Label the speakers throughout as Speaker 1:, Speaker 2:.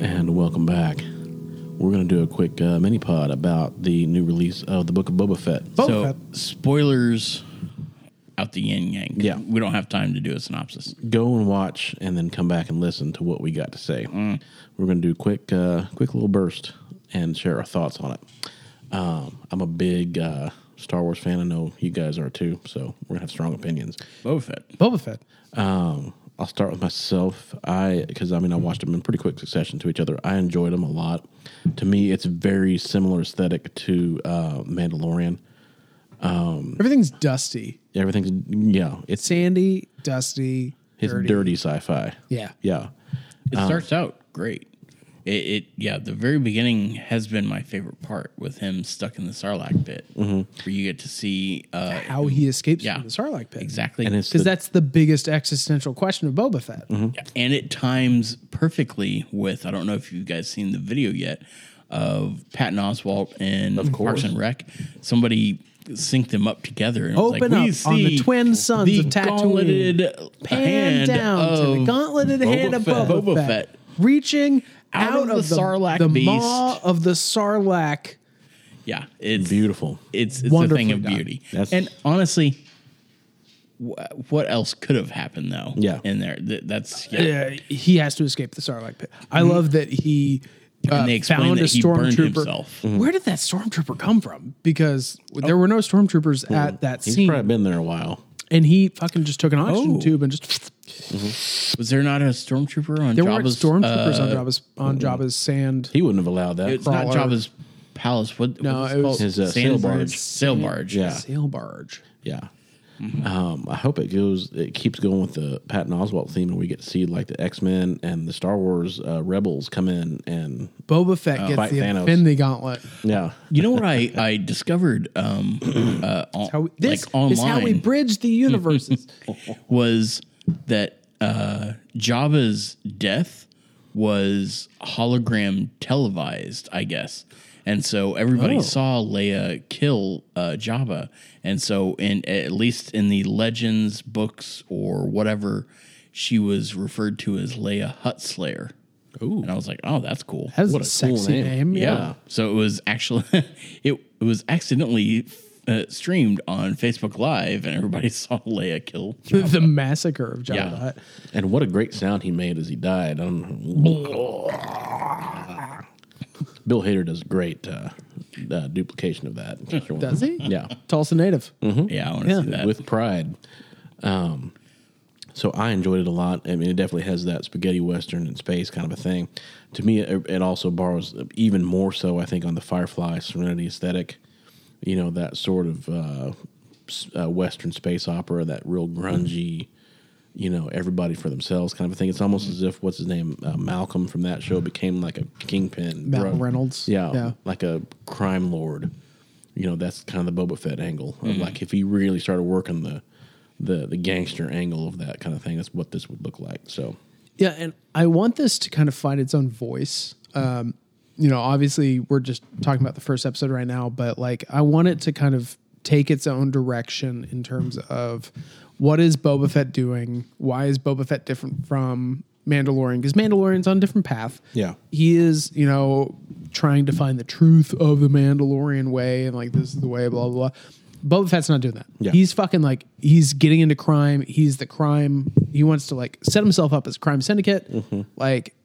Speaker 1: And welcome back. We're going to do a quick uh, mini pod about the new release of the Book of Boba Fett.
Speaker 2: so
Speaker 3: Fett.
Speaker 2: spoilers out the yin yang.
Speaker 1: Yeah.
Speaker 2: we don't have time to do a synopsis.
Speaker 1: Go and watch, and then come back and listen to what we got to say. We're going to do a quick, uh, quick little burst and share our thoughts on it. Um, I'm a big uh, Star Wars fan. I know you guys are too, so we're going to have strong opinions.
Speaker 2: Boba Fett.
Speaker 3: Boba Fett.
Speaker 1: Um, I'll start with myself. I because I mean I watched them in pretty quick succession to each other. I enjoyed them a lot. To me, it's very similar aesthetic to uh, Mandalorian.
Speaker 3: Everything's dusty,
Speaker 1: Everything's yeah, it's
Speaker 3: sandy, dusty,
Speaker 1: it's dirty, sci-fi.
Speaker 3: Yeah.
Speaker 1: yeah,
Speaker 2: It
Speaker 1: Uh,
Speaker 2: starts out great. It, it yeah, the very beginning has been my favorite part with him stuck in the Sarlacc pit,
Speaker 1: Mm-hmm.
Speaker 2: where you get to see uh,
Speaker 3: How he escapes
Speaker 2: yeah.
Speaker 3: from the Sarlacc pit.
Speaker 2: exactly
Speaker 1: and it's
Speaker 3: Because
Speaker 1: the-
Speaker 3: that's the biggest existential question of Boba Fett.
Speaker 2: Yeah. and it times perfectly with I don't know if you guys seen the video yet of Patton Oswalt and
Speaker 1: course.
Speaker 2: Parks and Rec. Somebody synked them up together and
Speaker 3: Open
Speaker 2: it was like, we
Speaker 3: up on the
Speaker 2: see
Speaker 3: twin sons
Speaker 2: the
Speaker 3: of Tatooine.
Speaker 2: gauntleted
Speaker 3: Pan
Speaker 2: hand
Speaker 3: down to the
Speaker 2: of-
Speaker 3: gauntleted hand of
Speaker 2: Fett.
Speaker 3: Boba,
Speaker 2: Boba
Speaker 3: Fett.
Speaker 2: Fett.
Speaker 3: Reaching
Speaker 2: Out
Speaker 3: out,
Speaker 2: of
Speaker 3: of,
Speaker 2: the
Speaker 3: the,
Speaker 2: Sarlacc
Speaker 3: the
Speaker 2: beast.
Speaker 3: maw of the Sarlacc.
Speaker 2: Yeah, it's
Speaker 1: beautiful.
Speaker 2: It's it's a thing
Speaker 3: Wonderfully
Speaker 2: of
Speaker 3: done.
Speaker 2: beauty.
Speaker 1: That's-
Speaker 2: and honestly, wh- what else could have happened though?
Speaker 1: Yeah.
Speaker 2: in there, Th- that's yeah. Mm-hmm.
Speaker 3: Uh, he has to escape the Sarlacc pit. I love that he uh,
Speaker 2: And they explain
Speaker 3: found
Speaker 2: that
Speaker 3: a
Speaker 2: he burned
Speaker 3: stormtrooper.
Speaker 2: himself. Mm-hmm. Oh.
Speaker 3: Where did that stormtrooper come from? Because there were no stormtroopers
Speaker 2: Mm-hmm.
Speaker 3: at that
Speaker 1: He's
Speaker 3: scene,
Speaker 1: probably been there a while.
Speaker 3: and he fucking just took an oxygen
Speaker 2: Oh.
Speaker 3: tube and just
Speaker 2: Was there not a stormtrooper on
Speaker 3: there weren't
Speaker 2: Jabba's?
Speaker 3: stormtroopers
Speaker 2: uh,
Speaker 3: on Jabba's on Jabba's sand.
Speaker 1: He wouldn't have allowed that.
Speaker 2: It's not
Speaker 3: Crawler.
Speaker 2: Jabba's palace. What
Speaker 3: No,
Speaker 2: what's
Speaker 3: it was-
Speaker 2: called?
Speaker 1: His, uh,
Speaker 2: Sand
Speaker 1: sail barge.
Speaker 2: bridge. Sail barge.
Speaker 1: Yeah.
Speaker 3: Sail barge.
Speaker 1: Yeah.
Speaker 2: Mm-hmm.
Speaker 1: Um, I hope it goes. It keeps going with the Patton Oswalt theme, and we get to see like the X Men and the Star Wars uh, Rebels come in, and
Speaker 3: Boba Fett
Speaker 1: Fight
Speaker 3: gets the
Speaker 1: Thanos.
Speaker 3: Infinity Gauntlet.
Speaker 1: yeah,
Speaker 2: You know what I I discovered um uh on,
Speaker 3: How we, this
Speaker 2: like online
Speaker 3: is how we bridge the universes.
Speaker 2: was that uh, Jabba's death was hologram televised, I guess. And so everybody saw Leia kill uh, Jabba. And so, in at least in the legends, books, or whatever, she was referred to as Leia Hutslayer. Ooh. And I was like, oh, that's cool.
Speaker 3: That's
Speaker 1: What
Speaker 3: a,
Speaker 1: a cool
Speaker 3: sexy
Speaker 1: name.
Speaker 3: name.
Speaker 2: Yeah. So it was actually it, it was accidentally uh, streamed on Facebook Live, and everybody saw Leia kill.
Speaker 3: The- the massacre of Jabba.
Speaker 2: Yeah.
Speaker 3: the Hutt.
Speaker 1: and what a great sound he made as he died. Um, I don't Bill Hader does a great uh, uh, duplication of that. in case you're
Speaker 3: Does he?
Speaker 1: wondering. Yeah,
Speaker 3: Tulsa native.
Speaker 2: Yeah, I want to see that.
Speaker 1: with pride. Um, so I enjoyed it a lot. I mean, it definitely has that spaghetti western in space kind of a thing. To me, it, it also borrows even more so. I think on the Firefly Serenity aesthetic, you know, that sort of uh, s- uh, western space opera, that real
Speaker 2: Mm-hmm.
Speaker 1: grungy. You know, everybody for themselves kind of a thing. It's almost as if what's his name, uh, Malcolm from that
Speaker 2: Mm-hmm.
Speaker 1: show, became like a kingpin,
Speaker 3: Mal
Speaker 1: drug-
Speaker 3: Reynolds.
Speaker 1: yeah,
Speaker 3: Yeah.
Speaker 1: like a crime lord. You know, that's kind of the Boba Fett angle.
Speaker 3: Mm-hmm.
Speaker 1: Of like if he really started working the, the the gangster angle of that kind of thing, that's what this would look like. So
Speaker 3: Yeah, and I want this to kind of find its own voice. Um, you know, obviously we're just talking about the first episode right now, but like I want it to kind of take its own direction in terms of what is Boba Fett doing? Why is Boba Fett different from Mandalorian? Because Mandalorian's on a different path.
Speaker 1: Yeah.
Speaker 3: He is, you know, trying to find the truth of the Mandalorian way and like this is the way, blah, blah, blah. Boba Fett's not doing that.
Speaker 1: Yeah.
Speaker 3: He's fucking like he's getting into crime. He's the crime. He wants to like set himself up as a crime syndicate. Like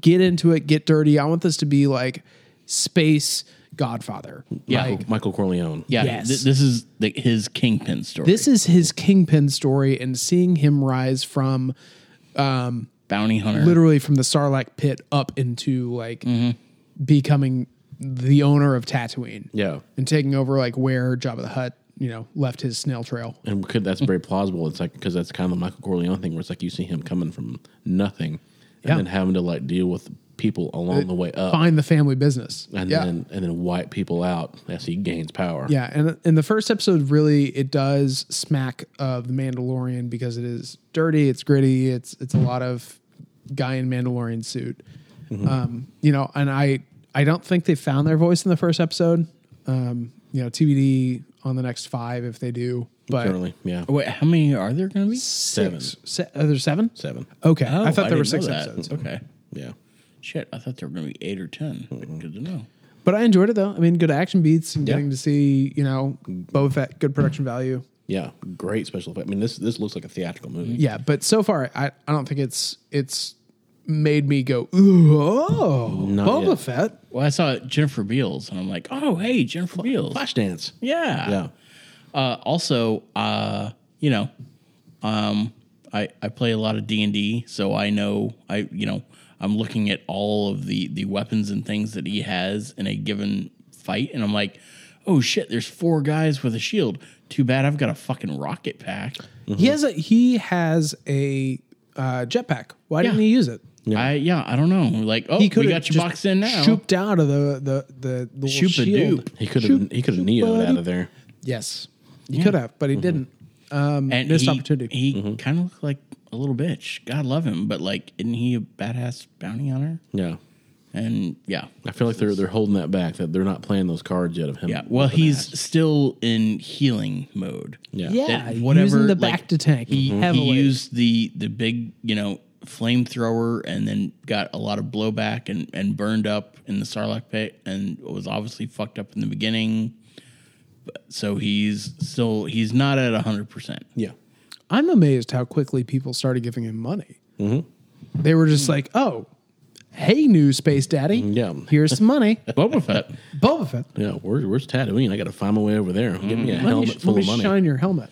Speaker 3: get into it, get dirty. I want this to be like space Godfather.
Speaker 2: Yeah.
Speaker 3: Like,
Speaker 1: Michael Corleone.
Speaker 2: Yeah,
Speaker 3: Yes.
Speaker 2: th- this is the, his kingpin story.
Speaker 3: this is his kingpin story, and seeing him rise from
Speaker 2: bounty hunter.
Speaker 3: literally from the Sarlacc pit up into like becoming the owner of Tatooine.
Speaker 1: Yeah.
Speaker 3: and taking over like where Jabba the Hutt, you know, left his snail trail.
Speaker 1: And could, that's very plausible. It's like because that's kind of the Michael Corleone thing, where it's like you see him coming from nothing, and
Speaker 3: Yeah.
Speaker 1: then having to like deal with people along the way up,
Speaker 3: Find the family business.
Speaker 1: and
Speaker 3: yeah.
Speaker 1: then and then wipe people out as he gains power.
Speaker 3: yeah, and and the first episode really it does smack of the Mandalorian because it is dirty, it's gritty, it's it's a lot of guy in Mandalorian suit.
Speaker 1: Mm-hmm.
Speaker 3: Um, you know, and I I don't think they found their voice in the first episode. Um, you know, TBD on the next five if they do. But
Speaker 1: Currently, yeah,
Speaker 2: Wait, how many are there going to be?
Speaker 1: Seven.
Speaker 3: six, se- are there seven?
Speaker 1: seven.
Speaker 3: Okay, I thought
Speaker 2: Oh, didn't
Speaker 3: there were
Speaker 2: know
Speaker 3: six
Speaker 2: that.
Speaker 3: episodes.
Speaker 2: Okay.
Speaker 1: Yeah,
Speaker 2: Shit, I thought there were going to be eight or 10 Good to know.
Speaker 3: But I enjoyed it though. I mean, good action beats and
Speaker 1: Yeah.
Speaker 3: getting to see, you know, Boba Fett, good production value.
Speaker 1: yeah, great special effect. I mean, this this looks like a theatrical movie.
Speaker 3: Yeah, but so far, I, I don't think it's it's made me go, ooh, oh,
Speaker 1: Not
Speaker 3: Boba
Speaker 1: yet.
Speaker 3: Fett.
Speaker 2: Well, I saw Jennifer Beals, and I'm like, oh, hey, Jennifer Beals.
Speaker 1: Flashdance.
Speaker 2: Yeah.
Speaker 1: Yeah.
Speaker 2: Uh, also, uh, you know, um, I I play a lot of D and D, so I know I you know I'm looking at all of the the weapons and things that he has in a given fight, and I'm like, oh shit, there's four guys with a shield. Too bad I've got a fucking rocket pack.
Speaker 1: Mm-hmm.
Speaker 3: He has a he has a uh, jetpack. Why didn't
Speaker 2: Yeah.
Speaker 3: he use it?
Speaker 2: I yeah, I don't know. Like, oh,
Speaker 3: He
Speaker 2: we
Speaker 3: coulda
Speaker 2: got you
Speaker 3: just
Speaker 2: boxed in now.
Speaker 3: Shooped out of the the the, the little
Speaker 2: Shoop a
Speaker 3: shield.
Speaker 2: doop.
Speaker 1: He could have he could have neoed out of Mm-hmm. there.
Speaker 3: Yes, he could have, but he didn't. Um,
Speaker 2: and
Speaker 3: missed
Speaker 2: he,
Speaker 3: opportunity. Mm-hmm.
Speaker 2: He kind of looked like a little bitch. God love him, but like, isn't he a badass bounty hunter?
Speaker 1: Yeah.
Speaker 2: And yeah,
Speaker 1: I feel like they're they're holding that back. That they're not playing those cards yet of him.
Speaker 2: Yeah. Well, he's still in healing mode.
Speaker 1: yeah.
Speaker 3: yeah,
Speaker 2: That- whatever,
Speaker 3: using the
Speaker 2: like,
Speaker 3: back to tank.
Speaker 2: He, he
Speaker 3: heavily.
Speaker 2: used the the big, you know, flamethrower and then got a lot of blowback and, and burned up in the Sarlacc pit and was obviously fucked up in the beginning. But, so he's still he's not at 100%.
Speaker 1: Yeah.
Speaker 3: I'm amazed how quickly people started giving him money.
Speaker 2: Mm-hmm.
Speaker 3: They were just like, "Oh, hey, new space daddy,
Speaker 1: Yeah.
Speaker 3: here's some money."
Speaker 2: Boba Fett.
Speaker 3: Boba Fett,
Speaker 1: Yeah. Where's where's Tatooine? I got to find my way over there. Give me a
Speaker 2: Mm-hmm.
Speaker 3: let me,
Speaker 1: helmet
Speaker 3: sh-
Speaker 1: full
Speaker 3: let
Speaker 1: of
Speaker 3: me
Speaker 1: money.
Speaker 3: shine your helmet.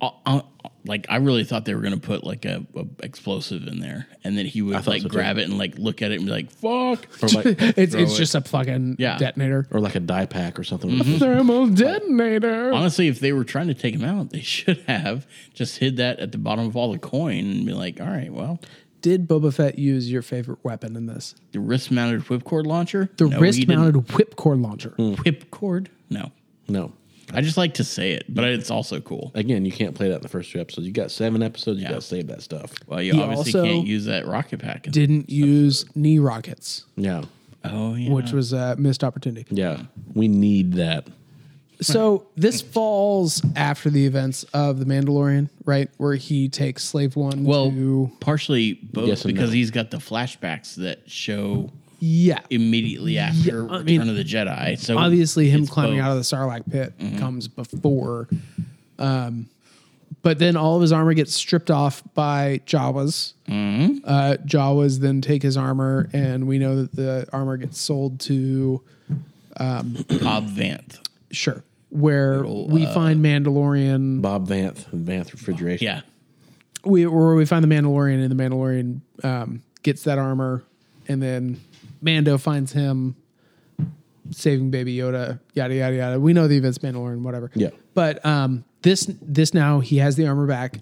Speaker 2: Uh, uh, like I really thought they were going to put like a, a explosive in there and then he would
Speaker 1: thought
Speaker 2: like
Speaker 1: so, too.
Speaker 2: grab it and like look at it and be like, "Fuck."
Speaker 1: Or like
Speaker 3: It's it's
Speaker 2: it.
Speaker 3: just a fucking
Speaker 2: Yeah. Mm-hmm.
Speaker 3: detonator.
Speaker 1: or like a die pack or something.
Speaker 3: Thermal detonator.
Speaker 2: Honestly, if they were trying to take him out, they should have just hid that at the bottom of all the coin and be like, all right, well,
Speaker 3: Did Boba Fett use your favorite weapon in this?
Speaker 2: the wrist mounted whipcord launcher?
Speaker 3: The
Speaker 2: No,
Speaker 3: wrist
Speaker 2: he didn't. Hmm.
Speaker 3: mounted whipcord launcher.
Speaker 2: whipcord? No.
Speaker 1: No.
Speaker 2: I just like to say it, but it's also cool.
Speaker 1: Again, you can't play that in the first two episodes. You got seven episodes. You
Speaker 2: Yeah.
Speaker 1: got to save that stuff.
Speaker 2: Well, you
Speaker 3: He
Speaker 2: obviously
Speaker 3: also
Speaker 2: can't use that rocket pack. in-
Speaker 3: Didn't use knee rockets,
Speaker 1: Yeah.
Speaker 2: oh, yeah.
Speaker 3: which was a missed opportunity.
Speaker 1: Yeah. We need that.
Speaker 3: So this falls after the events of the Mandalorian, right? Where he takes Slave One
Speaker 2: well,
Speaker 3: to
Speaker 2: partially both
Speaker 1: Yes and
Speaker 2: because
Speaker 1: no.
Speaker 2: he's got the flashbacks that show
Speaker 3: yeah,
Speaker 2: immediately after
Speaker 3: I
Speaker 2: Return
Speaker 3: mean,
Speaker 2: of the Jedi. So
Speaker 3: obviously him
Speaker 2: it's
Speaker 3: climbing
Speaker 2: both. Mm-hmm.
Speaker 3: out of the Sarlacc pit comes before. Um, but then all of his armor gets stripped off by Jawas.
Speaker 2: Mm-hmm.
Speaker 3: Uh, Jawas then take his armor, and we know that the armor gets sold to
Speaker 2: Cobb Vanth.
Speaker 3: sure, where we
Speaker 2: uh,
Speaker 3: find Mandalorian,
Speaker 1: Bob Vanth, Vanth Refrigeration.
Speaker 2: Yeah.
Speaker 3: we where we find the Mandalorian, and the Mandalorian um, gets that armor, and then Mando finds him. Saving Baby Yoda, yada yada yada. We know the events Mandalorian, whatever.
Speaker 1: Yeah.
Speaker 3: But um, this this now he has the armor back,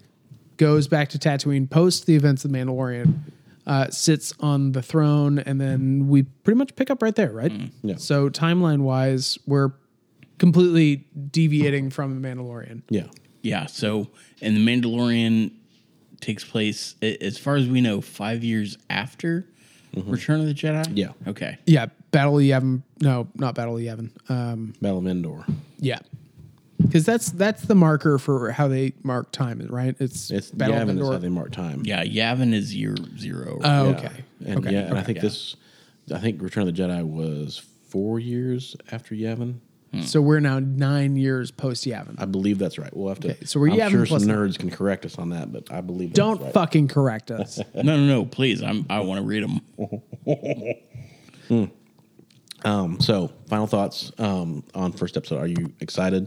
Speaker 3: goes back to Tatooine, posts the events of the Mandalorian, uh, sits on the throne, and then we pretty much pick up right there, right?
Speaker 1: Mm-hmm. Yeah.
Speaker 3: So timeline wise, we're completely deviating from the Mandalorian.
Speaker 1: Yeah.
Speaker 2: Yeah. So, and the Mandalorian takes place, a- as far as we know, five years after Return of the Jedi.
Speaker 1: Mm-hmm. Yeah.
Speaker 2: Okay.
Speaker 3: Yeah, Battle of Yavin. No, not Battle of Yavin. Um,
Speaker 1: Battle of Endor.
Speaker 3: yeah. Because that's that's the marker for how they mark time, right? It's,
Speaker 1: It's
Speaker 3: Battle of
Speaker 1: Yavin is
Speaker 3: Endor.
Speaker 1: how they mark time.
Speaker 2: Yeah. Yavin is year zero. Uh,
Speaker 3: Oh,
Speaker 1: Yeah.
Speaker 3: okay.
Speaker 1: And
Speaker 3: okay.
Speaker 1: yeah, and I think this, I think Return of the Jedi was four years after Yavin.
Speaker 3: So we're now nine years post Yavin.
Speaker 1: I believe that's right. We'll have to.
Speaker 3: so we're
Speaker 1: I'm
Speaker 3: Yavin
Speaker 1: sure
Speaker 3: plus
Speaker 1: some
Speaker 3: nine.
Speaker 1: nerds can correct us on that, but I believe. that's
Speaker 3: Don't
Speaker 1: right.
Speaker 3: fucking correct us.
Speaker 2: no, no, no. Please. I'm, I want to read them.
Speaker 1: Um, so, final thoughts um, on first episode. Are you excited?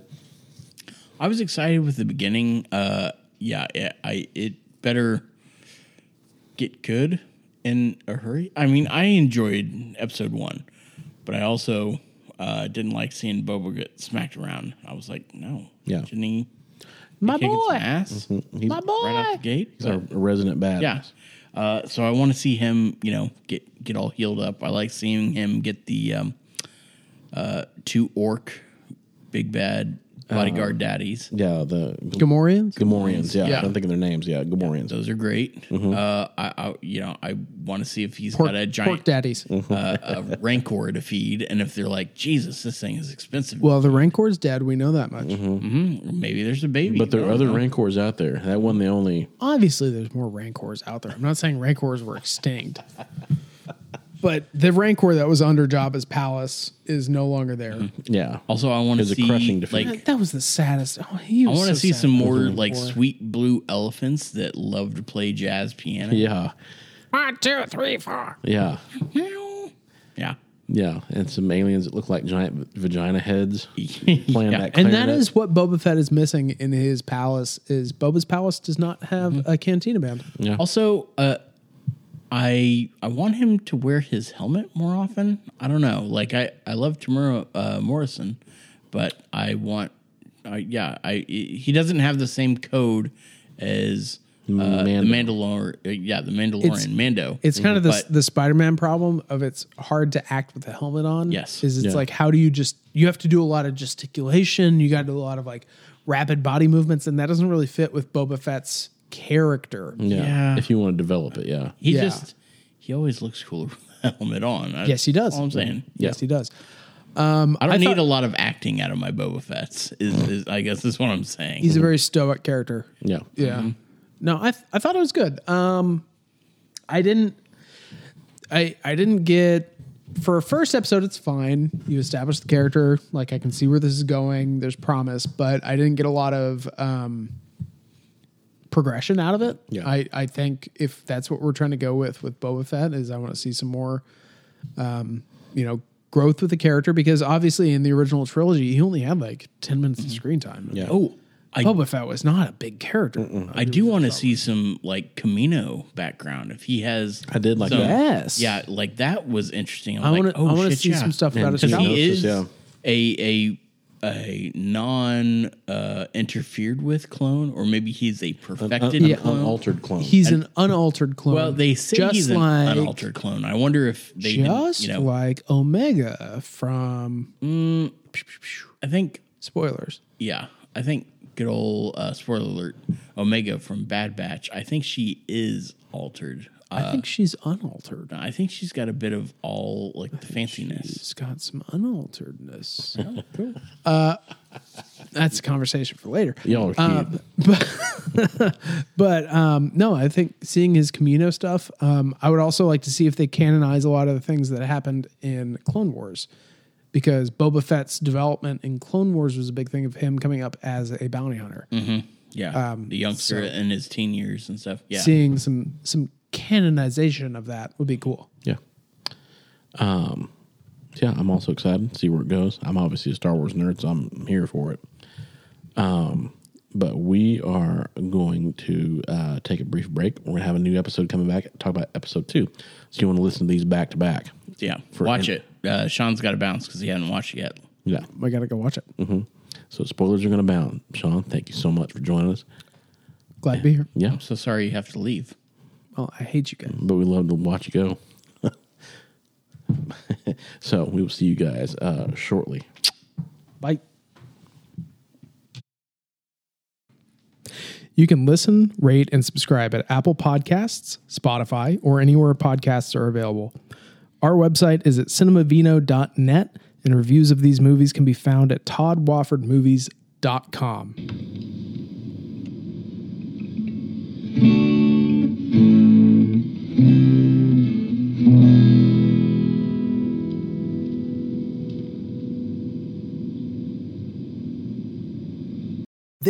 Speaker 2: I was excited with the beginning. Uh, yeah, it, I it better get good in a hurry. I mean, I enjoyed episode one, but I also uh, didn't like seeing Boba get smacked around. I was like, no,
Speaker 1: Yeah. Mm-hmm,
Speaker 2: didn't he?
Speaker 3: My
Speaker 2: he kicked some
Speaker 3: boy.
Speaker 2: ass
Speaker 1: He's
Speaker 3: My boy.
Speaker 2: right off the gate.
Speaker 1: He's a resident bad.
Speaker 2: Yeah. Uh, so I want to see him, you know, get get all healed up. I like seeing him get the um, uh, two orc big bad bodyguard
Speaker 1: Uh-huh.
Speaker 2: daddies.
Speaker 1: Yeah. The
Speaker 3: Gamorreans?
Speaker 1: Gamorreans. Yeah.
Speaker 3: Yeah.
Speaker 1: I'm thinking their names. Yeah. Gamorreans.
Speaker 2: Those are great.
Speaker 1: Mm-hmm.
Speaker 2: Uh, I, I, you know, I want to see if he's
Speaker 3: Pork,
Speaker 2: got a
Speaker 3: pork
Speaker 2: giant
Speaker 3: daddies.
Speaker 1: Mm-hmm.
Speaker 2: uh, a rancor to feed, and if they're like, Jesus, this thing is expensive.
Speaker 3: Well, the Rancor's dead. We know that much.
Speaker 1: Mm-hmm.
Speaker 2: Maybe there's a baby.
Speaker 1: But there
Speaker 2: I
Speaker 1: are
Speaker 2: don't
Speaker 1: other
Speaker 2: know.
Speaker 1: rancors out there. That one, the only.
Speaker 3: Obviously, there's more Rancors out there. I'm not saying Rancors were extinct. But the Rancor that was under Jabba's palace is no longer there.
Speaker 1: Yeah.
Speaker 2: Also, I want to
Speaker 1: It's a
Speaker 2: see
Speaker 1: crushing defeat. Mm-hmm.
Speaker 2: like
Speaker 3: That, that was the saddest. Oh, he
Speaker 2: I
Speaker 3: was
Speaker 2: want to
Speaker 3: so
Speaker 2: see
Speaker 3: sad.
Speaker 2: some more like sweet blue elephants that love to play jazz piano.
Speaker 1: Yeah.
Speaker 3: One, two, three, four.
Speaker 1: Yeah.
Speaker 2: Yeah.
Speaker 1: Yeah. And some aliens that look like giant v- vagina heads playing that.
Speaker 3: And that
Speaker 1: clarinet.
Speaker 3: is what Boba Fett is missing in his palace. Is Boba's palace does not have
Speaker 1: Mm-hmm.
Speaker 3: a cantina band.
Speaker 2: Also, uh, I I want him to wear his helmet more often. I don't know. Like I I love Tamura uh, Morrison, but I want. I yeah. I he doesn't have the same code as uh, the Mandalor. uh, yeah, the Mandalorian
Speaker 3: It's-
Speaker 2: Mando.
Speaker 3: It's kind of the,
Speaker 2: But-
Speaker 3: the Spider Man problem of it's hard to act with the helmet on.
Speaker 2: Yes.
Speaker 3: Is it's
Speaker 1: Yeah.
Speaker 3: like, how do you just, you have to do a lot of gesticulation. You got to do a lot of like rapid body movements. And that doesn't really fit with Boba Fett's character.
Speaker 1: Yeah.
Speaker 2: Yeah.
Speaker 1: If you want to develop it. Yeah.
Speaker 2: he
Speaker 3: yeah.
Speaker 2: just he always looks cooler with the helmet on. I-
Speaker 3: Yes, he does.
Speaker 2: that's all I'm saying.
Speaker 1: Yeah.
Speaker 3: Yes, he does.
Speaker 2: I don't need a lot of acting out of my Boba Fett's. Is, is I guess is what I'm saying.
Speaker 1: Mm-hmm.
Speaker 3: He's a very stoic character.
Speaker 1: Yeah.
Speaker 3: Yeah. No, I th- I thought it was good. Um, I didn't. I I didn't get for a first episode. It's fine. You establish the character. Like I can see where this is going. There's promise, but I didn't get a lot of um, progression out of it.
Speaker 1: Yeah.
Speaker 3: I I think if that's what we're trying to go with with Boba Fett is I want to see some more. Um, you know. Growth with the character because obviously in the original trilogy he only had like ten minutes of screen time.
Speaker 1: Mm-hmm. Yeah.
Speaker 2: oh, I
Speaker 3: Boba Fett was not a big character.
Speaker 2: I do want to see some like Camino background if he has.
Speaker 1: I did like
Speaker 2: some-
Speaker 1: that.
Speaker 3: Yes.
Speaker 2: Yeah, like that was interesting. I'm
Speaker 3: I
Speaker 2: like,
Speaker 3: want to.
Speaker 2: oh,
Speaker 3: I want to
Speaker 2: shit,
Speaker 3: see
Speaker 2: yeah.
Speaker 3: some stuff
Speaker 1: Yeah,
Speaker 3: about his
Speaker 1: just
Speaker 3: job.
Speaker 2: Because
Speaker 1: Yeah.
Speaker 2: he is
Speaker 1: Yeah.
Speaker 2: a a a non uh, interfered with clone, or maybe he's
Speaker 1: Uh,
Speaker 2: a perfected
Speaker 1: Un-
Speaker 2: clone.
Speaker 1: Unaltered clone.
Speaker 3: He's an unaltered clone.
Speaker 2: well, they say
Speaker 3: Uh, just
Speaker 2: he's
Speaker 3: like
Speaker 2: an unaltered clone. I wonder if they didn't,
Speaker 3: just
Speaker 2: you know.
Speaker 3: like Omega from
Speaker 2: I think
Speaker 3: spoilers.
Speaker 2: yeah, I think good old uh, spoiler alert Omega from Bad Batch. I think she is altered. Uh,
Speaker 3: I think she's unaltered.
Speaker 2: I think she's got a bit of all like the fanciness.
Speaker 3: She's got some unalteredness. Oh, cool. Uh, that's a conversation for later. Uh,
Speaker 1: Y'all are cute.
Speaker 3: But um, no, I think seeing his Camino stuff, um, I would also like to see if they canonize a lot of the things that happened in Clone Wars, because Boba Fett's development in Clone Wars was a big thing of him coming up as a bounty hunter,
Speaker 2: Yeah,
Speaker 1: Um,
Speaker 2: the youngster in his teen years and stuff. Yeah,
Speaker 3: seeing some some canonization of that would be cool.
Speaker 1: Yeah. Um, yeah, I'm also excited to see where it goes. I'm obviously a Star Wars nerd, so I'm here for it. Um, but we are going to uh, take a brief break. We're going to have a new episode coming back, talk about episode two. So you want to listen to these back to back.
Speaker 2: yeah.
Speaker 1: For-
Speaker 2: Watch it. Uh, Sean's got to bounce because he hadn't watched it yet.
Speaker 1: Yeah.
Speaker 3: I gotta go watch it.
Speaker 1: So spoilers are going to bound. Sean, thank you so much for joining us.
Speaker 3: Glad to be here.
Speaker 1: Yeah.
Speaker 2: So sorry you have to leave.
Speaker 3: Well, I hate you guys.
Speaker 1: But we love to watch you go. so we will see you guys uh, shortly.
Speaker 3: Bye. You can listen, rate, and subscribe at Apple Podcasts, Spotify, or anywhere podcasts are available. Our website is at cinemavino.net, and reviews of these movies can be found at toddwoffordmovies.com.